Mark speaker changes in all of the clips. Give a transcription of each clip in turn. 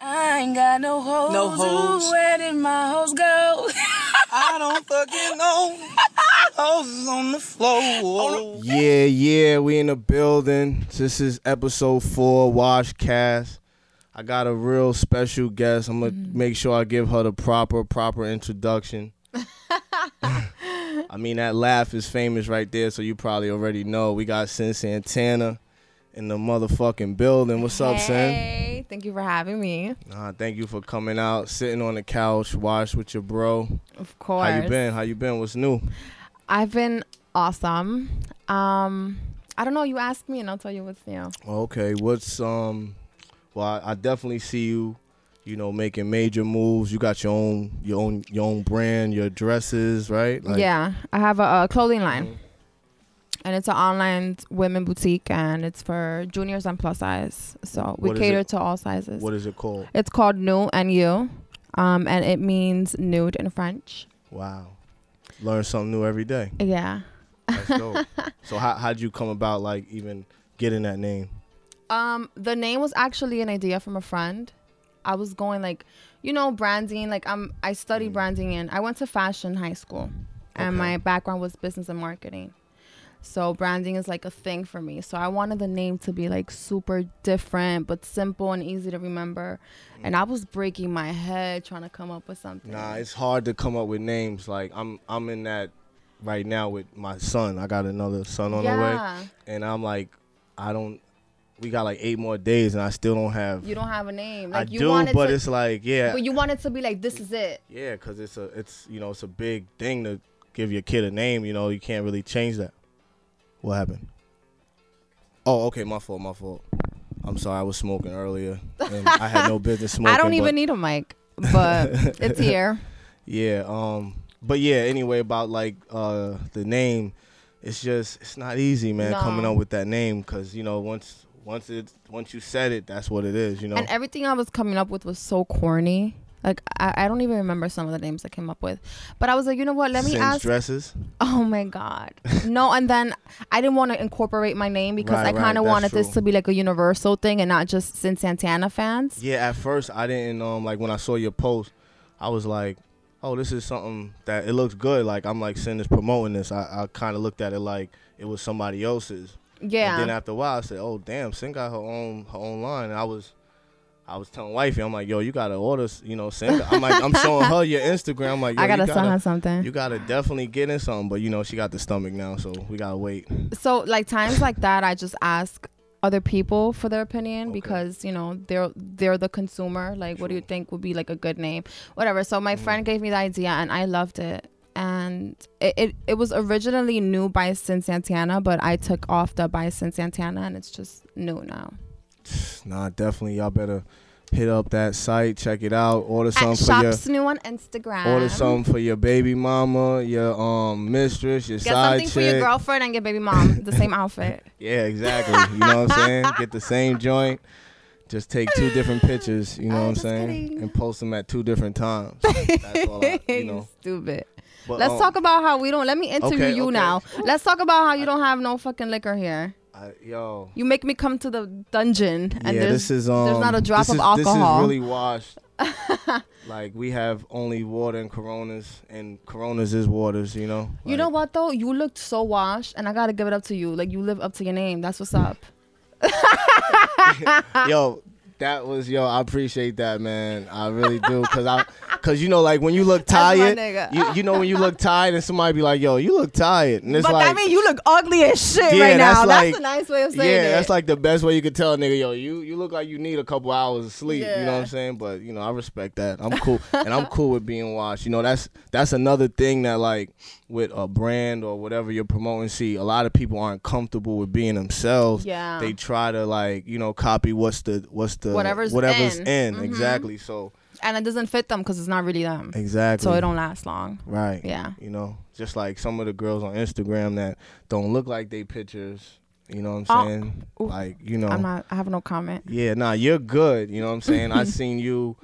Speaker 1: I ain't got no hoes.
Speaker 2: No hoes.
Speaker 1: Ooh, where did my hoes go?
Speaker 2: I don't fucking know. Hoes is on the floor.
Speaker 3: Yeah, yeah, we in the building. This is episode four, Washcast. I got a real special guest. I'm gonna
Speaker 4: Mm.
Speaker 3: make sure I give her the proper, proper introduction. I mean, that laugh is famous right there, so you probably already know. We got Sin Santana in the motherfucking building. What's up, Sin?
Speaker 4: Hey, thank you for having me.
Speaker 3: Nah, thank you for coming out, sitting on the couch, watch with your bro.
Speaker 4: Of course.
Speaker 3: How you been? How you been? What's new?
Speaker 4: I've been awesome. Um, I don't know. You ask me, and I'll tell you what's new.
Speaker 3: Okay, what's um? Well, I, I definitely see you, you know, making major moves. You got your own, your own, your own brand, your dresses, right?
Speaker 4: yeah, I have a, a clothing line, and it's an online women boutique, and it's for juniors and plus size. So we
Speaker 3: What is
Speaker 4: cater
Speaker 3: it-
Speaker 4: to all sizes.
Speaker 3: What is it called?
Speaker 4: It's called Nu and You, um, and it means nude in French.
Speaker 3: Wow, learn something new every day.
Speaker 4: Yeah.
Speaker 3: That's dope. so how how'd you come about, like even getting that name?
Speaker 4: Um, the name was actually an idea from a friend. I was going like, you know, branding. Like I'm, I study branding, and I went to fashion high school, and
Speaker 3: Mm. Okay.
Speaker 4: my background was business and marketing. So branding is like a thing for me. So I wanted the name to be like super different, but simple and easy to remember. And I was breaking my head trying to come up with something.
Speaker 3: Nah, it's hard to come up with names. Like I'm, I'm in that right now with my son. I got another son on the way,
Speaker 4: yeah,
Speaker 3: and I'm like, I don't. We got like eight more days, and I still don't have.
Speaker 4: you don't have a name.
Speaker 3: I
Speaker 4: Like you
Speaker 3: do,
Speaker 4: wanted
Speaker 3: but
Speaker 4: to,
Speaker 3: it's like, yeah,
Speaker 4: but you wanted to be like, this is it.
Speaker 3: Yeah, cause it's a it's you know it's a big thing to give your kid a name. You know you can't really change that. What happened? Oh, okay, my fault, my fault. I'm sorry, I was smoking earlier, and I had no business smoking.
Speaker 4: I don't even e-,
Speaker 3: but-
Speaker 4: need a mic, but it's here.
Speaker 3: Yeah, um, but yeah. Anyway, about like uh the name, it's just it's not easy, man,
Speaker 4: No.
Speaker 3: coming up with that name, cause you know once once it once you said it, that's what it is. You know,
Speaker 4: And uh, everything I was coming up with was so corny. Like I, I don't even remember some of the names I came up with. But I was like, you know what? Let me
Speaker 3: Sin's
Speaker 4: ask.
Speaker 3: dresses.
Speaker 4: Oh my god. No, and then I didn't want to incorporate my name because
Speaker 3: Right,
Speaker 4: I
Speaker 3: right,
Speaker 4: kind of
Speaker 3: that's
Speaker 4: wanted this
Speaker 3: true.
Speaker 4: to be like a universal thing and not just Sin Santana fans.
Speaker 3: Yeah, at first I didn't um like when I saw your post, I was like, oh, this is something that it looks good. Like I'm like Sin is promoting this. I, I kind of looked at it like it was somebody else's. And then
Speaker 4: Yeah.
Speaker 3: after a while, I said, oh damn, Sin got her own her own line. And I was. I was telling wifey, I'm like, yo, you gotta order, s- you know, send. I'm like, I'm showing her your Instagram. I'm like, yo,
Speaker 4: I gotta
Speaker 3: you
Speaker 4: sell her
Speaker 3: gotta,
Speaker 4: something.
Speaker 3: you gotta definitely get in something. But you know, she got the stomach now, so we gotta wait.
Speaker 4: so like times like that i just ask other people for their opinion because you know they're they're the consumer like what do you think would be like a good name whatever so
Speaker 3: Mm-hmm.
Speaker 4: my friend gave me the idea and i loved it and it, it, it was originally new by Sin Santana, but I took off the by Sin Santana and it's just new now.
Speaker 3: Nah, definitely, y'all better hit up that site, check it out, order something
Speaker 4: At
Speaker 3: for your.
Speaker 4: Shops New on Instagram.
Speaker 3: Order something for your baby mama, your um mistress, your
Speaker 4: Get
Speaker 3: side
Speaker 4: something
Speaker 3: chick.
Speaker 4: for your girlfriend and get baby mom the same outfit.
Speaker 3: Yeah, exactly. you know what I'm saying? Get the same joint. Just take two different pictures. You know
Speaker 4: I'm
Speaker 3: what I'm
Speaker 4: just
Speaker 3: saying?
Speaker 4: kidding.
Speaker 3: And post them at two different times. That's all. I, you know.
Speaker 4: Stupid.
Speaker 3: But,
Speaker 4: Let's
Speaker 3: um,
Speaker 4: talk about how we don't. Let me interview
Speaker 3: Okay,
Speaker 4: you
Speaker 3: okay.
Speaker 4: now. Let's talk about how you don't have no fucking liquor here.
Speaker 3: I, yo.
Speaker 4: You make me come to the dungeon, and
Speaker 3: yeah,
Speaker 4: there's,
Speaker 3: this is um.
Speaker 4: there's not a drop
Speaker 3: this
Speaker 4: of
Speaker 3: is- This
Speaker 4: alcohol.
Speaker 3: is really washed. like we have only water and Coronas, and Coronas is waters. You know.
Speaker 4: you know what though? You looked so washed, and I gotta give it up to you. Like you live up to your name. That's what's up.
Speaker 3: yo that was yo i appreciate that man i really do because i because you know like when you look
Speaker 4: That's my
Speaker 3: tired
Speaker 4: nigga.
Speaker 3: you, you know when you look tired and somebody be like yo you look tired and it's
Speaker 4: but
Speaker 3: like
Speaker 4: that means you look ugly as shit
Speaker 3: Yeah,
Speaker 4: right
Speaker 3: that's
Speaker 4: now.
Speaker 3: like-
Speaker 4: that's a nice way of saying
Speaker 3: yeah
Speaker 4: it.
Speaker 3: that's like the best way you could tell a nigga yo you you look like you need a couple hours of sleep you know
Speaker 4: Yeah.
Speaker 3: what i'm saying but you know i respect that i'm cool and i'm cool with being watched you know that's that's another thing that like with a brand or whatever you're promoting see a lot of people aren't comfortable with being themselves
Speaker 4: Yeah.
Speaker 3: they try to like you know copy what's the what's the
Speaker 4: Whatever's
Speaker 3: whatever's in,
Speaker 4: in.
Speaker 3: exactly so
Speaker 4: and it doesn't fit them because it's not really them.
Speaker 3: exactly
Speaker 4: So it don't last long.
Speaker 3: right
Speaker 4: Yeah.
Speaker 3: you know just like some of the girls on instagram that don't look like they pictures you know what
Speaker 4: Oh,
Speaker 3: i'm saying
Speaker 4: ooh.
Speaker 3: like you know
Speaker 4: I'm not. I have no comment.
Speaker 3: yeah nah you're good you know what i'm saying i seen you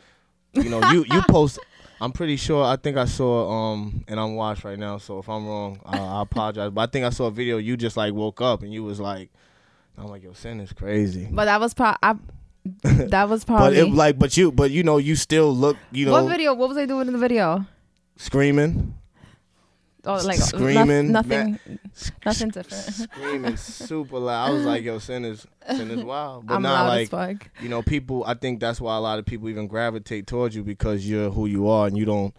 Speaker 3: you know you you post i'm pretty sure i think i saw um and i'm watched right now so if i'm wrong uh, i apologize but i think i saw a video you just like woke up and you was like i'm like yo sin is crazy
Speaker 4: But that was pro. I, That was
Speaker 3: But
Speaker 4: probably.
Speaker 3: it like, but you, but you know, you still look, you
Speaker 4: what
Speaker 3: know,
Speaker 4: video? What was I doing in the video?
Speaker 3: screaming,
Speaker 4: Oh, like noth-
Speaker 3: Screaming,
Speaker 4: nothing, nothing different.
Speaker 3: screaming super loud. I was like, yo, sin is sin is wild, but
Speaker 4: I'm
Speaker 3: not
Speaker 4: loud
Speaker 3: like
Speaker 4: as fuck.
Speaker 3: you know, people. I think that's why a lot of people even gravitate towards you because you're who you are, and you don't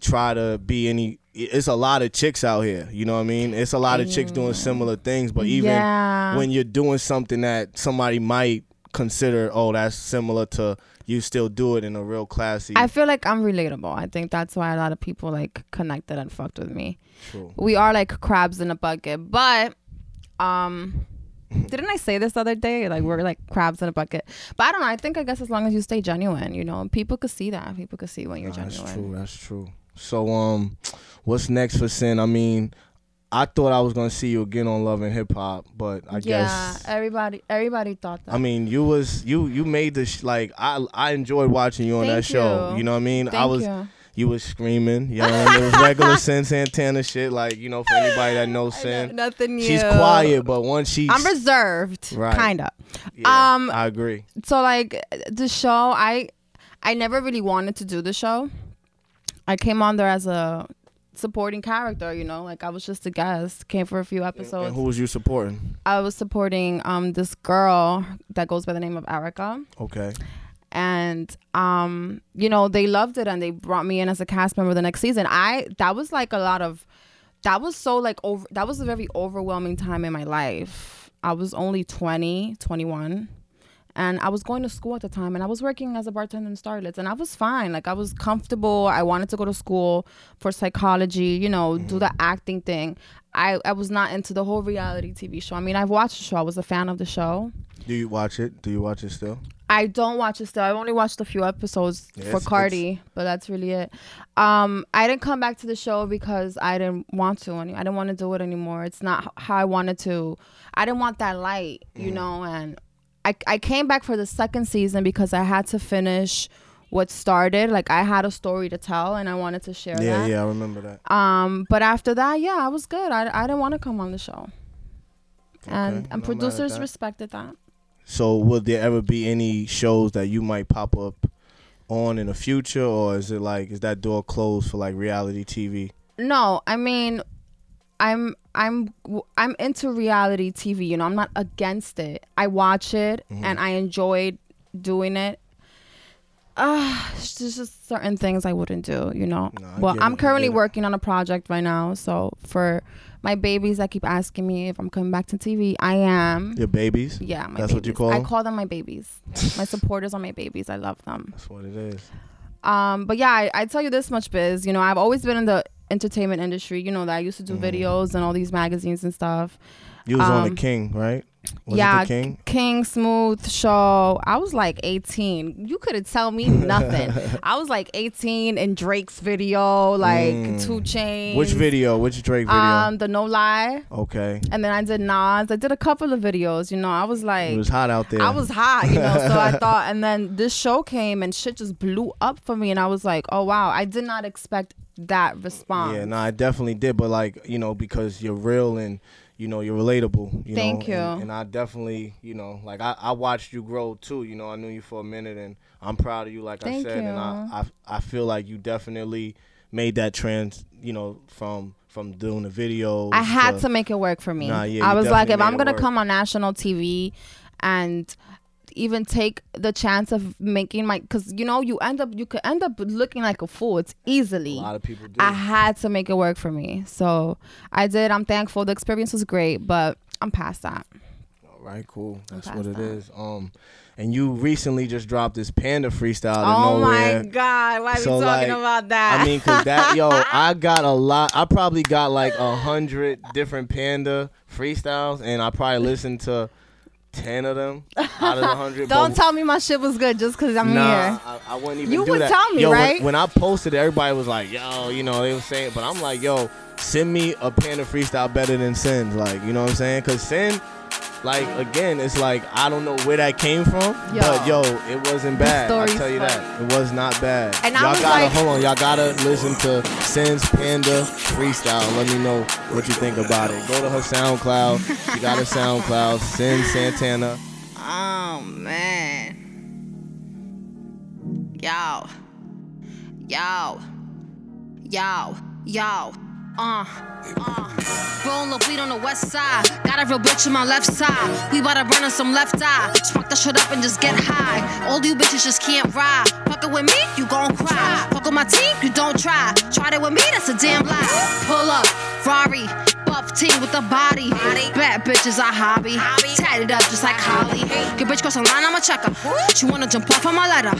Speaker 3: try to be any. It's a lot of chicks out here. You know what I mean? It's a lot of chicks doing similar things, but even
Speaker 4: Yeah.
Speaker 3: when you're doing something that somebody might consider, oh, that's similar to you, still do it in a real classy.
Speaker 4: I feel like I'm relatable. I think that's why a lot of people like connected and fucked with me.
Speaker 3: True.
Speaker 4: We are like crabs in a bucket, but um didn't I say this the other day? Like we're like crabs in a bucket. But I don't know. I think I guess as long as you stay genuine, you know, people could see that. People could see when you're
Speaker 3: That's
Speaker 4: genuine.
Speaker 3: true. That's true. So, um, what's next for Sin? I mean, I thought I was gonna see you again on Love and Hip Hop, but I
Speaker 4: yeah,
Speaker 3: guess.
Speaker 4: everybody everybody thought that.
Speaker 3: I mean, you was you you made the sh- like I I enjoyed watching you on
Speaker 4: Thank
Speaker 3: that show.
Speaker 4: you.
Speaker 3: You know what I mean? I
Speaker 4: Thank
Speaker 3: was
Speaker 4: you.
Speaker 3: was screaming, you know, and it was regular Sin Santana shit. Like you know, for anybody that knows
Speaker 4: I know
Speaker 3: Sin,
Speaker 4: nothing new.
Speaker 3: she's quiet, but once she,
Speaker 4: I'm reserved,
Speaker 3: Right.
Speaker 4: kinda.
Speaker 3: yeah,
Speaker 4: um,
Speaker 3: I agree.
Speaker 4: so like the show i i never really wanted to do the show i came on there as a supporting character you know like i was just a guest came for a few episodes
Speaker 3: and who was you supporting?
Speaker 4: i was supporting um this girl that goes by the name of erica
Speaker 3: Okay,
Speaker 4: and um you know they loved it and they brought me in as a cast member the next season i that was like a lot of that was so like over that was a very overwhelming time in my life i was only 20 21 and i was going to school at the time and i was working as a bartender in starlets and i was fine like i was comfortable i wanted to go to school for psychology you know do the acting thing I, I was not into the whole reality tv show i mean i've watched the show i was a fan of the show
Speaker 3: do you watch it? Do you watch it still?
Speaker 4: I don't watch it still. I've only watched a few episodes for
Speaker 3: it's-
Speaker 4: Cardi, but that's really it. Um, I didn't come back to the show because I didn't want to. Any- I didn't want to do it anymore. It's not h- how I wanted to. I didn't want that light,
Speaker 3: Mm.
Speaker 4: you know. And I I came back for the second season because I had to finish what started. Like I had a story to tell, and I wanted to share
Speaker 3: Yeah,
Speaker 4: that.
Speaker 3: yeah, I remember that.
Speaker 4: Um, but after that, yeah, I was good. I I didn't want to come on the show, and
Speaker 3: Okay, not mad
Speaker 4: and
Speaker 3: at
Speaker 4: producers
Speaker 3: that.
Speaker 4: respected that.
Speaker 3: So, will there ever be any shows that you might pop up on in the future, or is it like is that door closed for like reality TV?
Speaker 4: No, I mean, I'm I'm I'm into reality TV. You know, I'm not against it. I watch it
Speaker 3: Mm-hmm.
Speaker 4: and I enjoyed doing it. Ah, it's there's just certain things I wouldn't do. You know.
Speaker 3: No, I
Speaker 4: well,
Speaker 3: get it, I
Speaker 4: I'm
Speaker 3: get
Speaker 4: currently
Speaker 3: it.
Speaker 4: working on a project right now. So for my babies that keep asking me if I'm coming back to TV, I am.
Speaker 3: Your babies?
Speaker 4: Yeah, my
Speaker 3: That's what you
Speaker 4: babies.
Speaker 3: call
Speaker 4: I
Speaker 3: them?
Speaker 4: call them my babies. my supporters are my babies. I love them.
Speaker 3: That's what it is.
Speaker 4: Um, but yeah, I, I tell you this much, Biz. You know, I've always been in the entertainment industry. You know that I used to do videos and all these magazines and stuff.
Speaker 3: You Mm-hmm. was on
Speaker 4: Um,
Speaker 3: the King, right? Was
Speaker 4: yeah,
Speaker 3: it the King?
Speaker 4: King Smooth Show. I was like 18. You couldn't tell me nothing. I was like 18 in Drake's video, like
Speaker 3: Mm.
Speaker 4: Two Chainz.
Speaker 3: Which video? Which Drake video?
Speaker 4: Um, the No Lie,
Speaker 3: okay,
Speaker 4: and then I did Nas. I did a couple of videos. You know, I was like,
Speaker 3: it was hot out there.
Speaker 4: I was hot, you know. so I thought, and then this show came and shit just blew up for me, and I was like, oh wow, I did not expect that response.
Speaker 3: Yeah, no, I definitely did, but like you know, because you're real and you know you're relatable. You
Speaker 4: Thank
Speaker 3: know?
Speaker 4: you.
Speaker 3: And, and I definitely, you know, like I, I watched you grow too. You know, I knew you for a minute, and I'm proud of you. Like
Speaker 4: Thank
Speaker 3: I said, and I, I I feel like you definitely made that trans. You know, from from doing the video.
Speaker 4: I had to make it work for me.
Speaker 3: Nah, yeah,
Speaker 4: I
Speaker 3: you
Speaker 4: was like,
Speaker 3: definitely
Speaker 4: if I'm
Speaker 3: made it
Speaker 4: gonna
Speaker 3: work.
Speaker 4: come on national TV, and even take the chance of making my, cause you know you end up you could end up looking like a fool. It's
Speaker 3: A
Speaker 4: easily.
Speaker 3: lot of people do.
Speaker 4: I had to make it work for me, so I did. I'm thankful. The experience was great, but I'm past that.
Speaker 3: All right, cool. That's
Speaker 4: past
Speaker 3: what it
Speaker 4: that.
Speaker 3: is. Um, and you recently just dropped this panda freestyle out
Speaker 4: oh
Speaker 3: of nowhere.
Speaker 4: my god, why are we
Speaker 3: So, like,
Speaker 4: talking about that?
Speaker 3: I mean, cause that yo, I got a lot. I probably got like a hundred different panda freestyles, and I probably listened to ten of them out of the hundred.
Speaker 4: Don't
Speaker 3: but-
Speaker 4: tell me my shit was good just because I'm
Speaker 3: Nah,
Speaker 4: here.
Speaker 3: I, I wouldn't even
Speaker 4: You
Speaker 3: do
Speaker 4: would
Speaker 3: that.
Speaker 4: tell me,
Speaker 3: yo, when-
Speaker 4: right?
Speaker 3: When, I posted, it, everybody was like, "Yo," you know, they were saying, but I'm like, "Yo, send me a panda freestyle better than Sin's." Like, you know what I'm saying? Cause Sin, like, again, it's like I don't know where that came from,
Speaker 4: Yo.
Speaker 3: but yo, it wasn't bad. I
Speaker 4: story's
Speaker 3: tell you
Speaker 4: fun.
Speaker 3: that it was not bad.
Speaker 4: And I
Speaker 3: y'all
Speaker 4: was
Speaker 3: gotta
Speaker 4: like-
Speaker 3: hold on, y'all gotta listen to Sin's panda freestyle. Let me know what you think about it. Go to her SoundCloud. she got a SoundCloud. Sin Santana.
Speaker 4: Oh man.
Speaker 5: Yo. Yo. Yo. Yo. Uh. Uh. Roll up weed on the west side. Got a real bitch on my left side. We bout to run on some left eye. Spark that shit up and just get high. All you bitches just can't ride. Fuckin' with me, you gon' cry. Fuck with my team, you don't try. Tried it with me, that's a damn lie. Pull up, Ferrari. Buff team with the body. Bad bitches are hobby. Tatted up just like Holly. Your bitch cross the line, I'ma check her. She wanna jump off on my letter.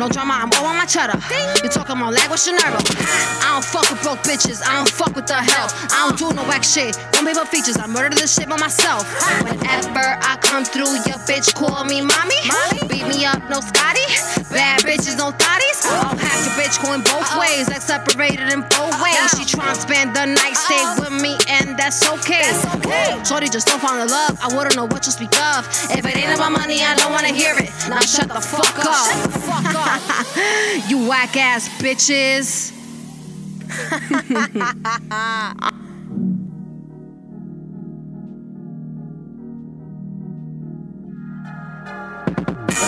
Speaker 5: No drama, I'm all on my cheddar. You talking my language, Shinero. I don't fuck with broke bitches. I don't fuck with the hell. I don't do no whack shit. Don't pay for features. I murder this shit by myself. Whenever I come through, your bitch call me mommy. Beat me up, no Scotty. Bad bitches, no thotties. I'll have your bitch going both ways. Like separated in four ways. She tryna spend the night, stay with me, and Oh. that's okay. Shorty just don't find the love. I wouldn't know what you speak of. If it ain't about money, I don't wanna hear it. Now shut the fuck up. you whack ass bitches.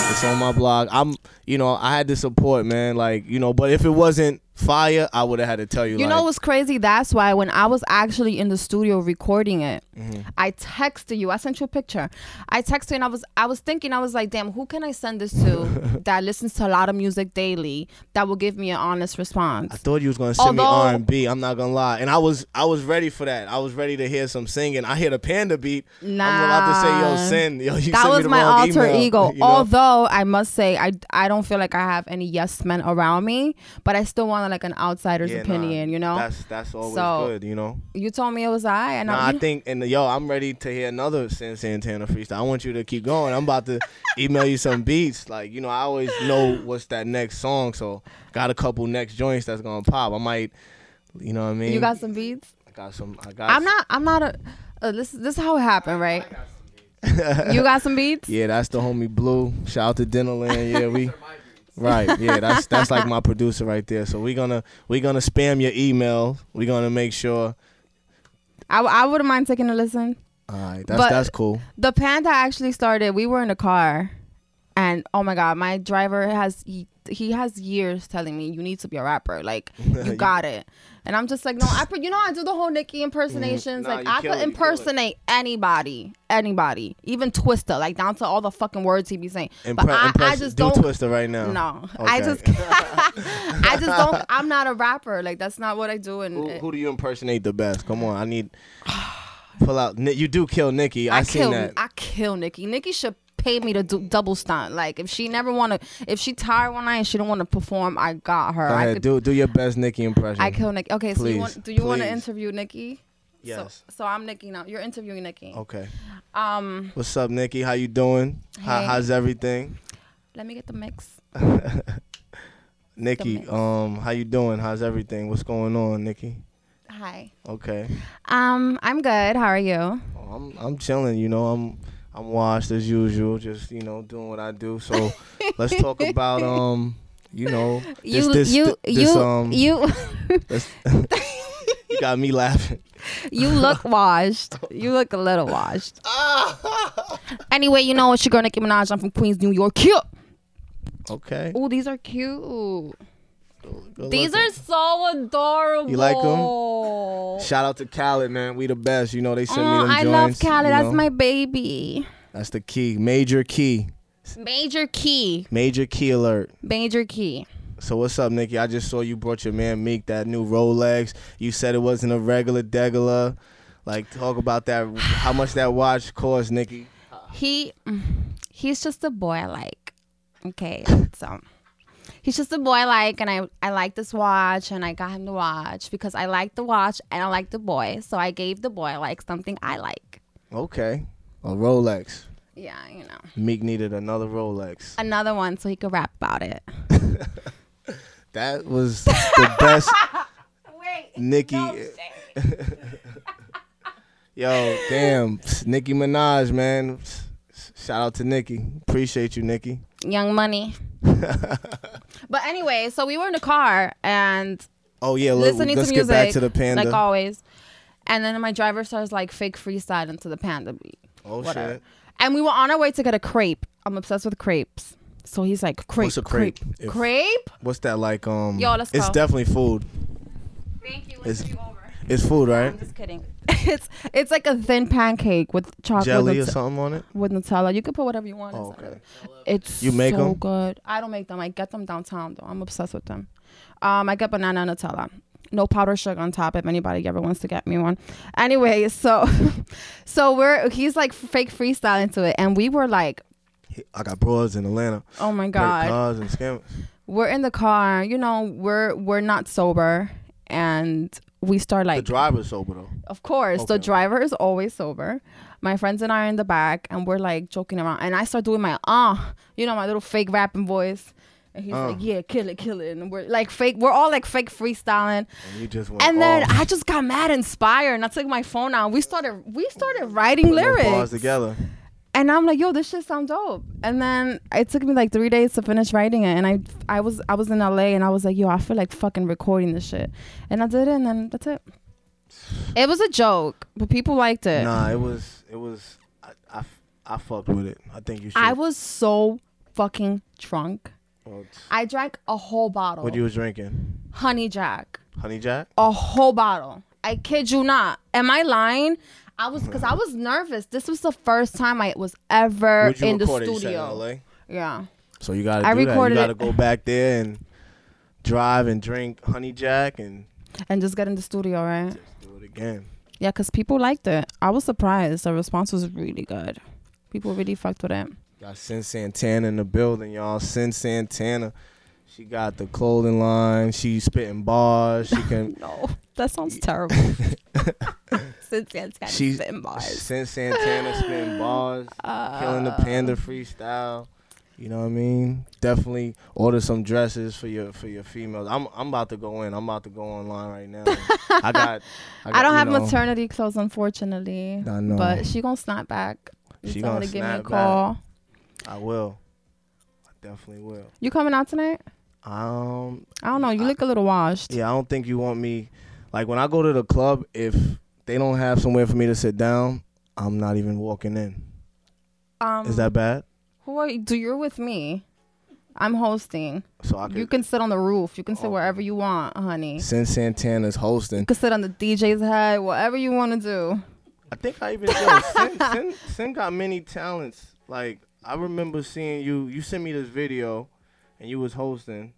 Speaker 3: It's on my blog. I'm, you know, I had to support, man. Like, you know, but if it wasn't fire, I would have had to tell you.
Speaker 4: You
Speaker 3: like,
Speaker 4: know what's crazy? That's why when I was actually in the studio recording it,
Speaker 3: Mm-hmm.
Speaker 4: I texted you. I sent you a picture. I texted you and I was I was thinking I was like, damn, who can I send this to that listens to a lot of music daily that will give me an honest
Speaker 3: I
Speaker 4: response?
Speaker 3: thought you was gonna send
Speaker 4: Although-
Speaker 3: me R and B. I'm not gonna lie, and I was I was ready for that. I was ready to hear some singing. I hear the panda beat. I'm about to say,
Speaker 4: Nah.
Speaker 3: yo, send. Yo, you
Speaker 4: That
Speaker 3: sent me
Speaker 4: was
Speaker 3: the
Speaker 4: my
Speaker 3: wrong
Speaker 4: alter
Speaker 3: email,
Speaker 4: ego.
Speaker 3: you know?
Speaker 4: Although I must say, I I don't feel like I have any yes men around me, but I still want like an outsider's
Speaker 3: Yeah, nah,
Speaker 4: opinion. you know,
Speaker 3: that's that's always
Speaker 4: So-
Speaker 3: good. You know,
Speaker 4: you told me it was I, and
Speaker 3: nah,
Speaker 4: I,
Speaker 3: I think and yo, I'm ready to hear another Sin Santana freestyle. I want you to keep going. I'm about to email you some beats. Like you know, I always know what's that next song, so got a couple next joints that's gonna pop. I might, you know what I mean?
Speaker 4: you got some beats.
Speaker 3: I got some. I got.
Speaker 4: I'm not. I'm not a. Uh, this this is how it happened, right? you got some beats.
Speaker 3: Yeah, that's the homie Blue. Shout out to Dinnerland. Yeah, we. Right. Yeah, that's that's like my producer right there. So we gonna we gonna spam your email. We gonna make sure.
Speaker 4: I, I wouldn't mind taking a listen.
Speaker 3: All right, that's
Speaker 4: But-
Speaker 3: that's cool.
Speaker 4: The panda actually started. We were in a car, and oh my god, my driver has he, he has years telling me you need to be a rapper. Like you got it. And I'm just like, no, I pre- you know I do the whole Nicki impersonations.
Speaker 3: Nah,
Speaker 4: like
Speaker 3: you
Speaker 4: I
Speaker 3: kill it, you kill
Speaker 4: could
Speaker 3: it.
Speaker 4: impersonate anybody, anybody, even Twista, like down to all the fucking words he be saying. but
Speaker 3: Impre-
Speaker 4: I, I
Speaker 3: impress-
Speaker 4: just
Speaker 3: do
Speaker 4: don't.
Speaker 3: Twister right now.
Speaker 4: No, I
Speaker 3: Okay.
Speaker 4: just, I just don't. I'm not a rapper. Like that's not what I do. And
Speaker 3: Who,
Speaker 4: it-
Speaker 3: who do you impersonate the best? Come on, I need. Pull out. Ni- You do kill Nikki. I, seen
Speaker 4: kill,
Speaker 3: that.
Speaker 4: I kill Nikki. Nikki should pay me to do double stunt. Like if she never want to, if she tired one night and she don't want to perform, I got her.
Speaker 3: Go
Speaker 4: I
Speaker 3: ahead.
Speaker 4: could-
Speaker 3: do do your best Nikki impression.
Speaker 4: I kill Nikki. Okay, so you
Speaker 3: Please,
Speaker 4: want, do you want to
Speaker 3: please.
Speaker 4: interview Nikki?
Speaker 3: Yes.
Speaker 4: So, so I'm Nikki now. You're interviewing Nikki.
Speaker 3: okay.
Speaker 4: Um,
Speaker 3: What's up, Nikki? How you doing? How,
Speaker 4: Hey.
Speaker 3: how's everything?
Speaker 4: let me get the mix.
Speaker 3: Nikki,
Speaker 4: mix.
Speaker 3: um, how you doing? How's everything? What's going on, Nikki?
Speaker 4: Hi.
Speaker 3: Okay.
Speaker 4: Um, I'm good. How are you?
Speaker 3: Oh, I'm I'm chilling, you know. I'm I'm washed as usual, just you know doing what I do. So let's talk about um, you know, this
Speaker 4: you,
Speaker 3: this
Speaker 4: you,
Speaker 3: this,
Speaker 4: you,
Speaker 3: um,
Speaker 4: you,
Speaker 3: this- you got me laughing.
Speaker 4: you look washed. You look a little washed. anyway, you know it's your girl Nicki Minaj. I'm from Queens, New York. Cute.
Speaker 3: Okay.
Speaker 4: Oh, these are cute.
Speaker 3: good
Speaker 4: These
Speaker 3: looking.
Speaker 4: are so adorable.
Speaker 3: You like 'em?
Speaker 4: Oh,
Speaker 3: Shout out to Khaled, man. We the best. You know they send me them
Speaker 4: I love
Speaker 3: joints.
Speaker 4: Khaled.
Speaker 3: you
Speaker 4: That's
Speaker 3: know.
Speaker 4: my baby.
Speaker 3: That's the key. Major key.
Speaker 4: Major key.
Speaker 3: Major key alert.
Speaker 4: Major key.
Speaker 3: So what's up, Nikki? I just saw you brought your man Meek that new Rolex. You said it wasn't a regular degular. Like talk about that. How much that watch cost, Nikki?
Speaker 4: He mm, he's just a boy I like. Okay. So he's just a boy I like and I I like this watch and I got him the watch because I like the watch and I like the boy. So I gave the boy like something I like.
Speaker 3: Okay, a Rolex.
Speaker 4: Yeah, you know.
Speaker 3: Meek needed another Rolex.
Speaker 4: Another one so he could rap about it.
Speaker 3: That was the best,
Speaker 4: Wait.
Speaker 3: Nikki. Yo, damn, Nicki Minaj, man. Shout out to Nikki. Appreciate you, Nikki.
Speaker 4: Young Money. but anyway, so we were in the car and
Speaker 3: Oh yeah, let,
Speaker 4: listening
Speaker 3: let's
Speaker 4: to
Speaker 3: get
Speaker 4: music,
Speaker 3: back to the panda.
Speaker 4: like always. And then my driver starts like fake freestyle into the panda beat,
Speaker 3: oh
Speaker 4: whatever.
Speaker 3: shit.
Speaker 4: And we were on our way to get a crepe. I'm obsessed with crepes. So he's like crepe,
Speaker 3: What's a
Speaker 4: crepe,
Speaker 3: crepe?
Speaker 4: crepe.
Speaker 3: If- What's that like? Um,
Speaker 4: Yo, let's
Speaker 3: it's
Speaker 4: go.
Speaker 3: definitely food.
Speaker 5: Thank you.
Speaker 3: It's,
Speaker 5: over.
Speaker 3: it's food, right?
Speaker 5: I'm just kidding.
Speaker 4: it's it's like a thin pancake with chocolate
Speaker 3: Jelly or
Speaker 4: nut-
Speaker 3: something on it.
Speaker 4: with Nutella. You can put whatever you want.
Speaker 3: Oh,
Speaker 4: inside
Speaker 3: okay.
Speaker 4: of it. It's
Speaker 3: You make
Speaker 4: so
Speaker 3: 'em?
Speaker 4: good. I don't make them. I get them downtown though. I'm obsessed with them. Um, I get banana Nutella. No powdered sugar on top. If anybody ever wants to get me one, anyway. So, so we're he's like fake freestyle into it, and we were like,
Speaker 3: I got broads in Atlanta.
Speaker 4: oh my
Speaker 3: Credit
Speaker 4: god,
Speaker 3: cards and scammers.
Speaker 4: we're in the car. You know, we're we're not sober, and we start
Speaker 3: The
Speaker 4: like
Speaker 3: driver's sober though.
Speaker 4: Of course, the
Speaker 3: Okay.
Speaker 4: driver is always sober. My friends and I are in the back, and we're like joking around. And I start doing my ah, uh, you know, my little fake rapping voice. And he's like, "Yeah, kill it, kill it." And we're like fake. We're all like fake freestyling.
Speaker 3: And you just went
Speaker 4: And then
Speaker 3: off.
Speaker 4: I just got mad, inspired, and I took my phone out. We started, we started writing
Speaker 3: Put them Bars
Speaker 4: lyrics,
Speaker 3: together.
Speaker 4: and I'm like, "Yo, this shit sound dope." And then it took me like three days to finish writing it. And I, I was, I was in LA, and I was like, "Yo, I feel like fucking recording this shit," and I did it, and then that's it. It was a joke, but people liked it.
Speaker 3: Nah, it was it was I, I, I fucked with it. I think you should.
Speaker 4: I was so fucking drunk.
Speaker 3: Well,
Speaker 4: I drank a whole bottle.
Speaker 3: what you was drinking?
Speaker 4: Honey Jack.
Speaker 3: Honey Jack.
Speaker 4: A whole bottle. I kid you not. Am I lying? I was because I was nervous. This was the first time I was ever
Speaker 3: Where'd you
Speaker 4: in the
Speaker 3: record it? You said in
Speaker 4: studio.
Speaker 3: LA?
Speaker 4: Yeah.
Speaker 3: So you gotta
Speaker 4: I
Speaker 3: do that. You
Speaker 4: recorded
Speaker 3: gotta
Speaker 4: it-
Speaker 3: go back there and drive and drink Honey Jack and
Speaker 4: And just get in the studio, right?
Speaker 3: do it again.
Speaker 4: Yeah, because people liked it. I was surprised. The response was really good. People really fucked with it.
Speaker 3: Got Sin Santana in the building, y'all. Sin Santana. She got the clothing line. She's spitting bars. She can.
Speaker 4: No, that sounds terrible. Since it's got
Speaker 3: She's
Speaker 4: spin bars.
Speaker 3: Sin Santana spitting bars, killing the
Speaker 4: Uh.
Speaker 3: panda freestyle. You know what I mean? Definitely order some dresses for your for your females. I'm I'm about to go in. I'm about to go online right now. I got. I, got,
Speaker 4: I don't
Speaker 3: you
Speaker 4: have
Speaker 3: know,
Speaker 4: maternity clothes, unfortunately.
Speaker 3: I know.
Speaker 4: But she gonna snap back.
Speaker 3: She
Speaker 4: Someone
Speaker 3: gonna
Speaker 4: to give me a
Speaker 3: snap back.
Speaker 4: call.
Speaker 3: I will. I definitely will.
Speaker 4: You coming out tonight?
Speaker 3: Um,
Speaker 4: I don't know. You look a little washed.
Speaker 3: Yeah, I don't think you want me. Like when I go to the club, if they don't have somewhere for me to sit down, I'm not even walking in.
Speaker 4: Um,
Speaker 3: Is that bad?
Speaker 4: who are you? Do you're with me? I'm hosting.
Speaker 3: So I could.
Speaker 4: you can sit on the roof. You can
Speaker 3: Oh.
Speaker 4: sit wherever you want, honey. You
Speaker 3: Since Santana's hosting,
Speaker 4: can sit on the DJ's head, whatever you want to do.
Speaker 3: I think I even yo, Sin, Sin, Sin got many talents. Like I remember seeing you. You sent me this video, and you was hosting.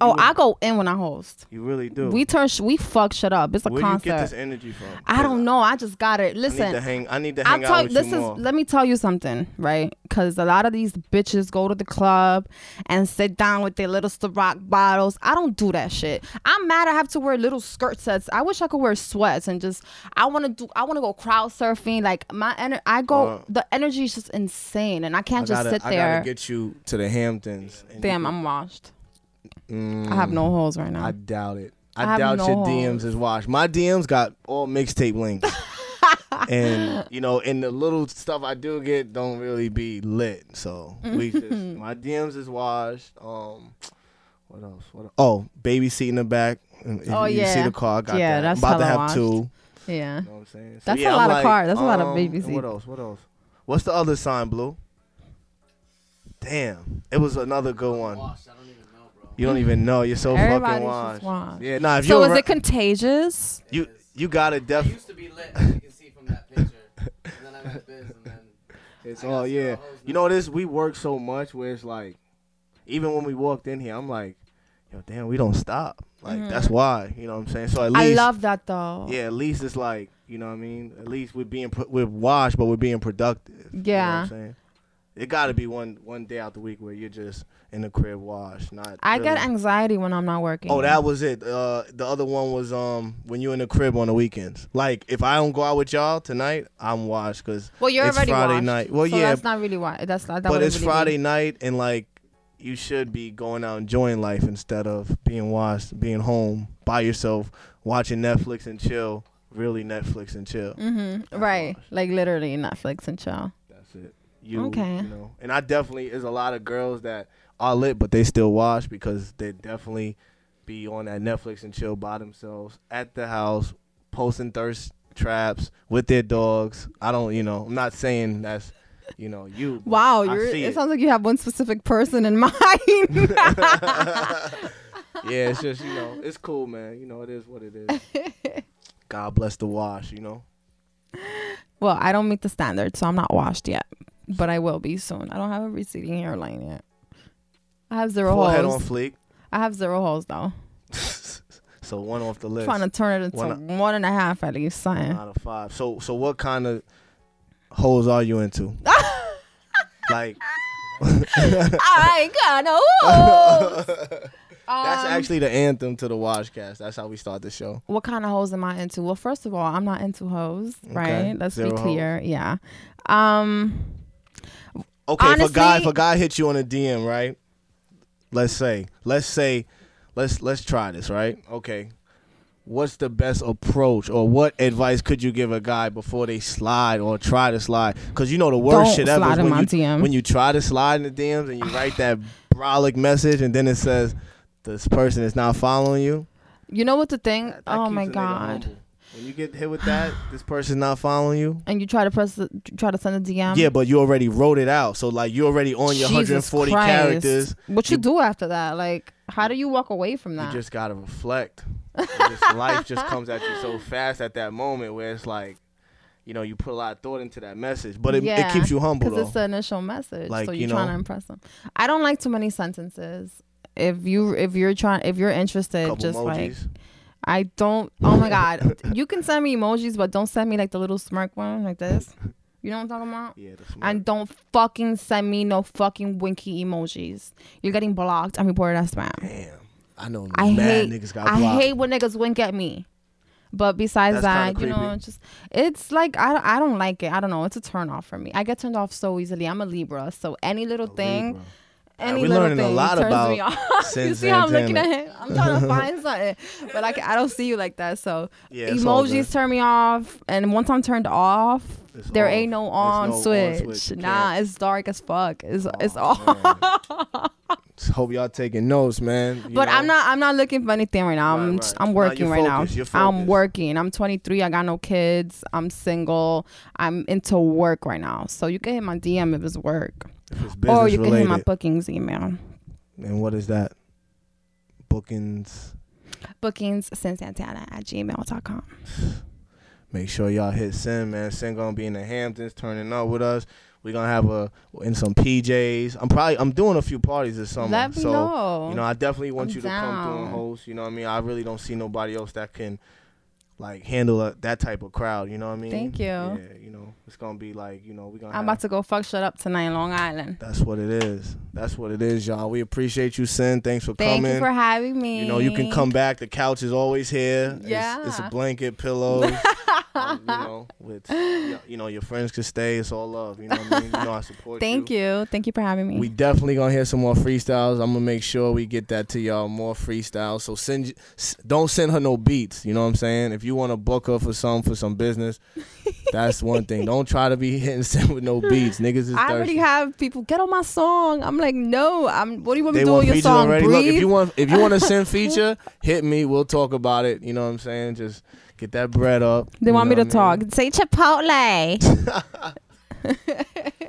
Speaker 4: Oh, I go in when I host.
Speaker 3: You really do.
Speaker 4: We turn, sh- we fuck shit up. It's a
Speaker 3: Where
Speaker 4: concert.
Speaker 3: you get this energy from?
Speaker 4: I don't know. I just got it.
Speaker 3: I need
Speaker 4: Listen,
Speaker 3: to hang. I need to
Speaker 4: I'll
Speaker 3: hang out
Speaker 4: tell
Speaker 3: with
Speaker 4: this
Speaker 3: you
Speaker 4: is
Speaker 3: more.
Speaker 4: let me tell you something, right? Cause a lot of these bitches go to the club and sit down with their little Ciroc bottles. I don't do that shit. I'm mad I have to wear little skirt sets. I wish I could wear sweats and just I wanna do I wanna go crowd surfing. Like my ener- I go
Speaker 3: Uh,
Speaker 4: the energy is just insane and I can't
Speaker 3: I
Speaker 4: just
Speaker 3: gotta,
Speaker 4: sit
Speaker 3: I
Speaker 4: there.
Speaker 3: gotta get you to the Hamptons. and you
Speaker 4: Damn,
Speaker 3: can-
Speaker 4: I'm washed. I
Speaker 3: Mm.
Speaker 4: have no holes right now.
Speaker 3: I doubt it.
Speaker 4: I
Speaker 3: I,
Speaker 4: have
Speaker 3: doubt your
Speaker 4: no
Speaker 3: DMs is washed. My DMs got all mixtape links. and you know, and the little stuff I do get don't really be lit. So we just my DMs is washed. Um what else? What el- oh, baby seat in the back. And If
Speaker 4: Oh,
Speaker 3: you see
Speaker 4: yeah.
Speaker 3: the car, I got
Speaker 4: Yeah,
Speaker 3: that.
Speaker 4: that's
Speaker 3: I'm about to
Speaker 4: hella
Speaker 3: have
Speaker 4: washed.
Speaker 3: two.
Speaker 4: yeah.
Speaker 3: You know what I'm saying? So,
Speaker 4: That's a
Speaker 3: yeah, I'm
Speaker 4: lot of
Speaker 3: like,
Speaker 4: cars. That's a lot of
Speaker 3: um,
Speaker 4: baby
Speaker 3: and What
Speaker 4: seat.
Speaker 3: else? What else? What's the other sign, Blue? Damn, it was another good one. You don't even know. You're so
Speaker 4: Everybody's
Speaker 3: fucking washed.
Speaker 4: just washed.
Speaker 3: Yeah, nah. If
Speaker 4: So
Speaker 3: you
Speaker 4: is
Speaker 3: arou-
Speaker 4: it contagious?
Speaker 3: you you got it
Speaker 6: It
Speaker 3: def.
Speaker 6: used to be lit, as you can see from that picture. And then I met Biz, and then
Speaker 3: It's
Speaker 6: I got
Speaker 3: all
Speaker 6: zero
Speaker 3: yeah.
Speaker 6: hoes
Speaker 3: You know this. We work so much where it's like, even when we walked in here, I'm like, yo, damn, we don't stop. Like that's why. You know what I'm saying? So at least
Speaker 4: Mm-hmm. I love that though.
Speaker 3: yeah, at least it's like you know what I mean. At least we're being pro- we're washed, but we're being productive. You know what
Speaker 4: Yeah.
Speaker 3: I'm saying? It got to be one one day out the week where you're just in the crib washed, not.
Speaker 4: I get
Speaker 3: really-
Speaker 4: anxiety when I'm not working.
Speaker 3: Oh, that was it. Uh, the other one was um when you're in the crib on the weekends. Like if I don't go out with y'all tonight, I'm washed because
Speaker 4: Well, you're
Speaker 3: it's
Speaker 4: already
Speaker 3: Friday
Speaker 4: washed,
Speaker 3: night. Well,
Speaker 4: so
Speaker 3: yeah,
Speaker 4: that's not really why. That's not. That
Speaker 3: but
Speaker 4: wouldn't
Speaker 3: it's
Speaker 4: really
Speaker 3: Friday
Speaker 4: Be.
Speaker 3: night and like you should be going out enjoying life instead of being washed, being home by yourself, watching Netflix and chill. Really Netflix and chill.
Speaker 4: Mm-hmm. Right, like literally Netflix and chill.
Speaker 3: That's it. You,
Speaker 4: Okay.
Speaker 3: You know, and I definitely there's a lot of girls that are lit, but they still watch because they definitely be on that Netflix and chill by themselves at the house, posting thirst traps with their dogs. I don't, you know, I'm not saying that's you know, you. but
Speaker 4: Wow,
Speaker 3: I
Speaker 4: you're,
Speaker 3: see
Speaker 4: it sounds like you have one specific person in mind.
Speaker 3: yeah, it's just you know, it's cool, man. You know, it is what it is. God bless the wash, you know.
Speaker 4: well, I don't meet the standard, so I'm not washed yet, but I will be soon. I don't have a receding hairline yet. I have zero
Speaker 3: Forehead on
Speaker 4: holes.
Speaker 3: fleek,
Speaker 4: I have zero holes though.
Speaker 3: so one off the list.
Speaker 4: Trying to turn it into
Speaker 3: One-
Speaker 4: one and a half at least, something.
Speaker 3: out of five. So, so what kind of holes are you into? like
Speaker 4: I got no holes.
Speaker 3: that's
Speaker 4: Um,
Speaker 3: actually the anthem to the washcast. That's how we start the show.
Speaker 4: what kind of hoes am I into? Well, first of all, I'm not into hoes, right? Let's
Speaker 3: Zero
Speaker 4: be
Speaker 3: hoes.
Speaker 4: cleer. Yeah. Um,
Speaker 3: Okay, if a guy, if
Speaker 4: Honestly-
Speaker 3: a guy hits you on a DM, right? Let's say, let's say, let's let's try this, right? Okay. What's the best approach, or what advice could you give a guy before they slide or try to slide? Because you know the worst
Speaker 4: Don't
Speaker 3: shit ever
Speaker 4: slide
Speaker 3: is
Speaker 4: in
Speaker 3: when
Speaker 4: my
Speaker 3: you
Speaker 4: DM.
Speaker 3: when you try to slide in the DMs and you write that brolic message, and then it says this person is not following you.
Speaker 4: you know what the thing?
Speaker 3: That
Speaker 4: oh
Speaker 3: keeps
Speaker 4: my
Speaker 3: a nigga
Speaker 4: god.
Speaker 3: humble. When you get hit with that, this person's not following you.
Speaker 4: And you try to press, the, try to send a DM.
Speaker 3: Yeah, but you already wrote it out. So like you already on your
Speaker 4: Um, Jesus
Speaker 3: 140
Speaker 4: Christ.
Speaker 3: characters.
Speaker 4: What you, do after that? Like, how do you walk away from
Speaker 3: You
Speaker 4: that?
Speaker 3: just gotta reflect. And just life just comes at you so fast at that moment where it's like, you know, you put a lot of thought into that message, but it, it keeps you humble
Speaker 4: because
Speaker 3: though.
Speaker 4: it's the initial message.
Speaker 3: Like,
Speaker 4: so you're
Speaker 3: you know-
Speaker 4: trying to impress them. I don't like too many sentences. If you if you're trying if you're interested,
Speaker 3: Couple
Speaker 4: just like
Speaker 3: emojis.
Speaker 4: I don't. Oh my god, you can send me emojis, but don't send me like the little smirk one like this. You know what I'm talking about?
Speaker 3: yeah, the smart-
Speaker 4: And don't fucking send me no fucking winky emojis. You're getting blocked and reported as spam.
Speaker 3: damn, I know
Speaker 4: I
Speaker 3: mad
Speaker 4: hate.
Speaker 3: niggas got
Speaker 4: I
Speaker 3: blocked.
Speaker 4: hate when niggas wink at me. But besides
Speaker 3: That's
Speaker 4: that,
Speaker 3: kinda
Speaker 4: you know,
Speaker 3: creepy.
Speaker 4: it's just it's like I, I don't like it. I don't know. It's a turn off for me. I get turned off so easily. I'm a Libra, so any little thing,
Speaker 3: Libra.
Speaker 4: any
Speaker 3: we
Speaker 4: little
Speaker 3: learning a
Speaker 4: thing
Speaker 3: lot
Speaker 4: turns
Speaker 3: about
Speaker 4: me off. you
Speaker 3: Sin
Speaker 4: see how I'm looking at
Speaker 3: Santana.
Speaker 4: him? I'm trying to find something, but like I don't see you like that. So
Speaker 3: Yeah, it's all
Speaker 4: emojis
Speaker 3: good.
Speaker 4: turn me off, and once I'm turned off,
Speaker 3: It's
Speaker 4: there
Speaker 3: off.
Speaker 4: ain't no
Speaker 3: There's
Speaker 4: on
Speaker 3: no on
Speaker 4: switch.
Speaker 3: switch. You
Speaker 4: Nah,
Speaker 3: can't-
Speaker 4: it's dark as fuck. It's it's off.
Speaker 3: Just Hope y'all taking notes, man. You
Speaker 4: But
Speaker 3: know?
Speaker 4: I'm not. I'm not looking for anything right now. I'm.
Speaker 3: Right,
Speaker 4: just-
Speaker 3: right.
Speaker 4: I'm
Speaker 3: Now you're
Speaker 4: working right
Speaker 3: focused, you're
Speaker 4: now. I'm
Speaker 3: focused.
Speaker 4: working. I'm 23. I got no kids. I'm single. I'm into work right now. So you can hit my DM if it's work,
Speaker 3: If it's
Speaker 4: or
Speaker 3: business
Speaker 4: you can hit my
Speaker 3: related.
Speaker 4: bookings email.
Speaker 3: and what is that? Bookings.
Speaker 4: Bookings Santana at gmail.com.
Speaker 3: Make sure y'all hit Sin, man. Sin gonna be in the Hamptons, turning up with us. We gonna have a in some PJs. I'm probably I'm doing a few parties this summer.
Speaker 4: Let me
Speaker 3: so
Speaker 4: know.
Speaker 3: you know, I definitely want
Speaker 4: I'm
Speaker 3: you to come through
Speaker 4: down.
Speaker 3: and host. You know what I mean? I really don't see nobody else that can like handle a, that type of crowd. You know what I mean?
Speaker 4: Thank you.
Speaker 3: Yeah, you know, it's gonna be like you know we gonna.
Speaker 4: I'm
Speaker 3: have-
Speaker 4: about to go fuck shut up tonight in Long Island.
Speaker 3: That's what it is. That's what it is, y'all. We appreciate you, Sin. Thanks for
Speaker 4: Thank
Speaker 3: coming.
Speaker 4: you for having me.
Speaker 3: You know, you can come back. The couch is always here. It's, it's
Speaker 4: Mm. Yeah.
Speaker 3: a blanket, pillows. um, you know, with you know, your friends can stay. It's all love. You know what I mean? You know I support
Speaker 4: Thank you. Thank you for having me.
Speaker 3: We definitely gonna hear some more freestyles. I'm gonna make sure we get that to y'all more freestyles. So send, s- don't send her no beats. You know what I'm saying? If you want to book her for some for some business, that's one thing. Don't try to be hitting send with no beats. Niggas is thirsty.
Speaker 4: I already have people get on my song. I'm like, no. I'm. What do you want me
Speaker 3: they
Speaker 4: to do
Speaker 3: want
Speaker 4: with your
Speaker 3: features
Speaker 4: song?
Speaker 3: already.
Speaker 4: Breathe.
Speaker 3: Look, if you want if you want to send feature, hit me. We'll talk about it. You know what I'm saying? Just get that bread up.
Speaker 4: they
Speaker 3: You
Speaker 4: want me
Speaker 3: know
Speaker 4: to
Speaker 3: what I
Speaker 4: talk. Say Chipotle.
Speaker 3: mean?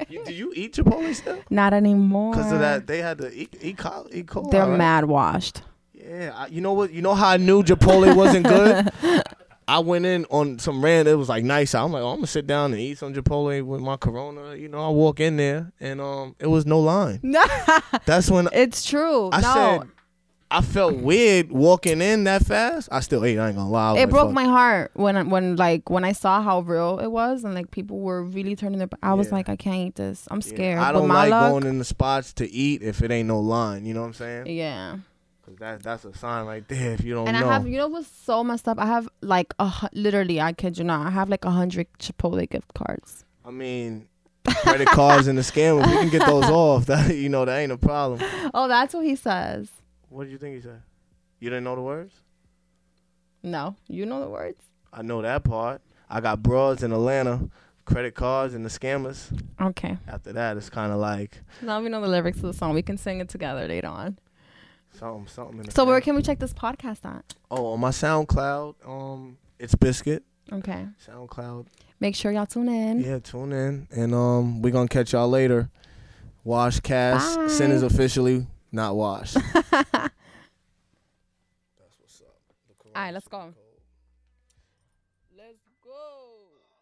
Speaker 3: You- do you eat Chipotle still?
Speaker 4: Not anymore.
Speaker 3: Because of that, they had to eat eat col- E. coli.
Speaker 4: They're
Speaker 3: right?
Speaker 4: mad washed.
Speaker 3: Yeah, I, you know what? You know how I knew Chipotle wasn't good. I went in on some rand. It was like nice. out. I'm like, oh, I'm gonna sit down and eat some Chipotle with my Corona. You know, I walk in there and um, it was no line. That's when
Speaker 4: it's true.
Speaker 3: I
Speaker 4: no,
Speaker 3: said I felt weird walking in that fast. I still ate. I ain't gonna lie. I was
Speaker 4: it
Speaker 3: like,
Speaker 4: broke
Speaker 3: Oh fuck.
Speaker 4: my heart when I- when like when I saw how real it was and like people were really turning their. I was
Speaker 3: Yeah.
Speaker 4: like, I can't eat this. I'm
Speaker 3: Yeah,
Speaker 4: scared.
Speaker 3: I
Speaker 4: But
Speaker 3: don't
Speaker 4: my
Speaker 3: like
Speaker 4: luck,
Speaker 3: going in the spots to eat if it ain't no line. You know what I'm saying?
Speaker 4: Yeah,
Speaker 3: 'Cause that that's a sign right there. If you don't
Speaker 4: and
Speaker 3: know,
Speaker 4: I have you know what's so messed up? I have like a hu- literally, I kid you not, I have like a hundred Chipotle gift cards.
Speaker 3: I mean, credit cards and the scammers, we can get those off. That you know, that ain't a problem.
Speaker 4: Oh, that's what he says.
Speaker 3: What did you think he said? You didn't know the words?
Speaker 4: No, you know the words.
Speaker 3: I know that part. I got broads in Atlanta, credit cards and the scammers.
Speaker 4: Okay,
Speaker 3: After that, it's kind of like
Speaker 4: now we know the lyrics of the song. We can sing it together later on.
Speaker 3: something, something. In the
Speaker 4: So where
Speaker 3: family.
Speaker 4: can we check this podcast at?
Speaker 3: Oh, on my SoundCloud, um, it's Biscuit.
Speaker 4: Okay.
Speaker 3: SoundCloud.
Speaker 4: Make sure y'all tune in.
Speaker 3: Yeah, tune in, and um, we gonna catch y'all later. Wash Cass. Sin is officially not washed.
Speaker 4: All right, let's go. Let's go.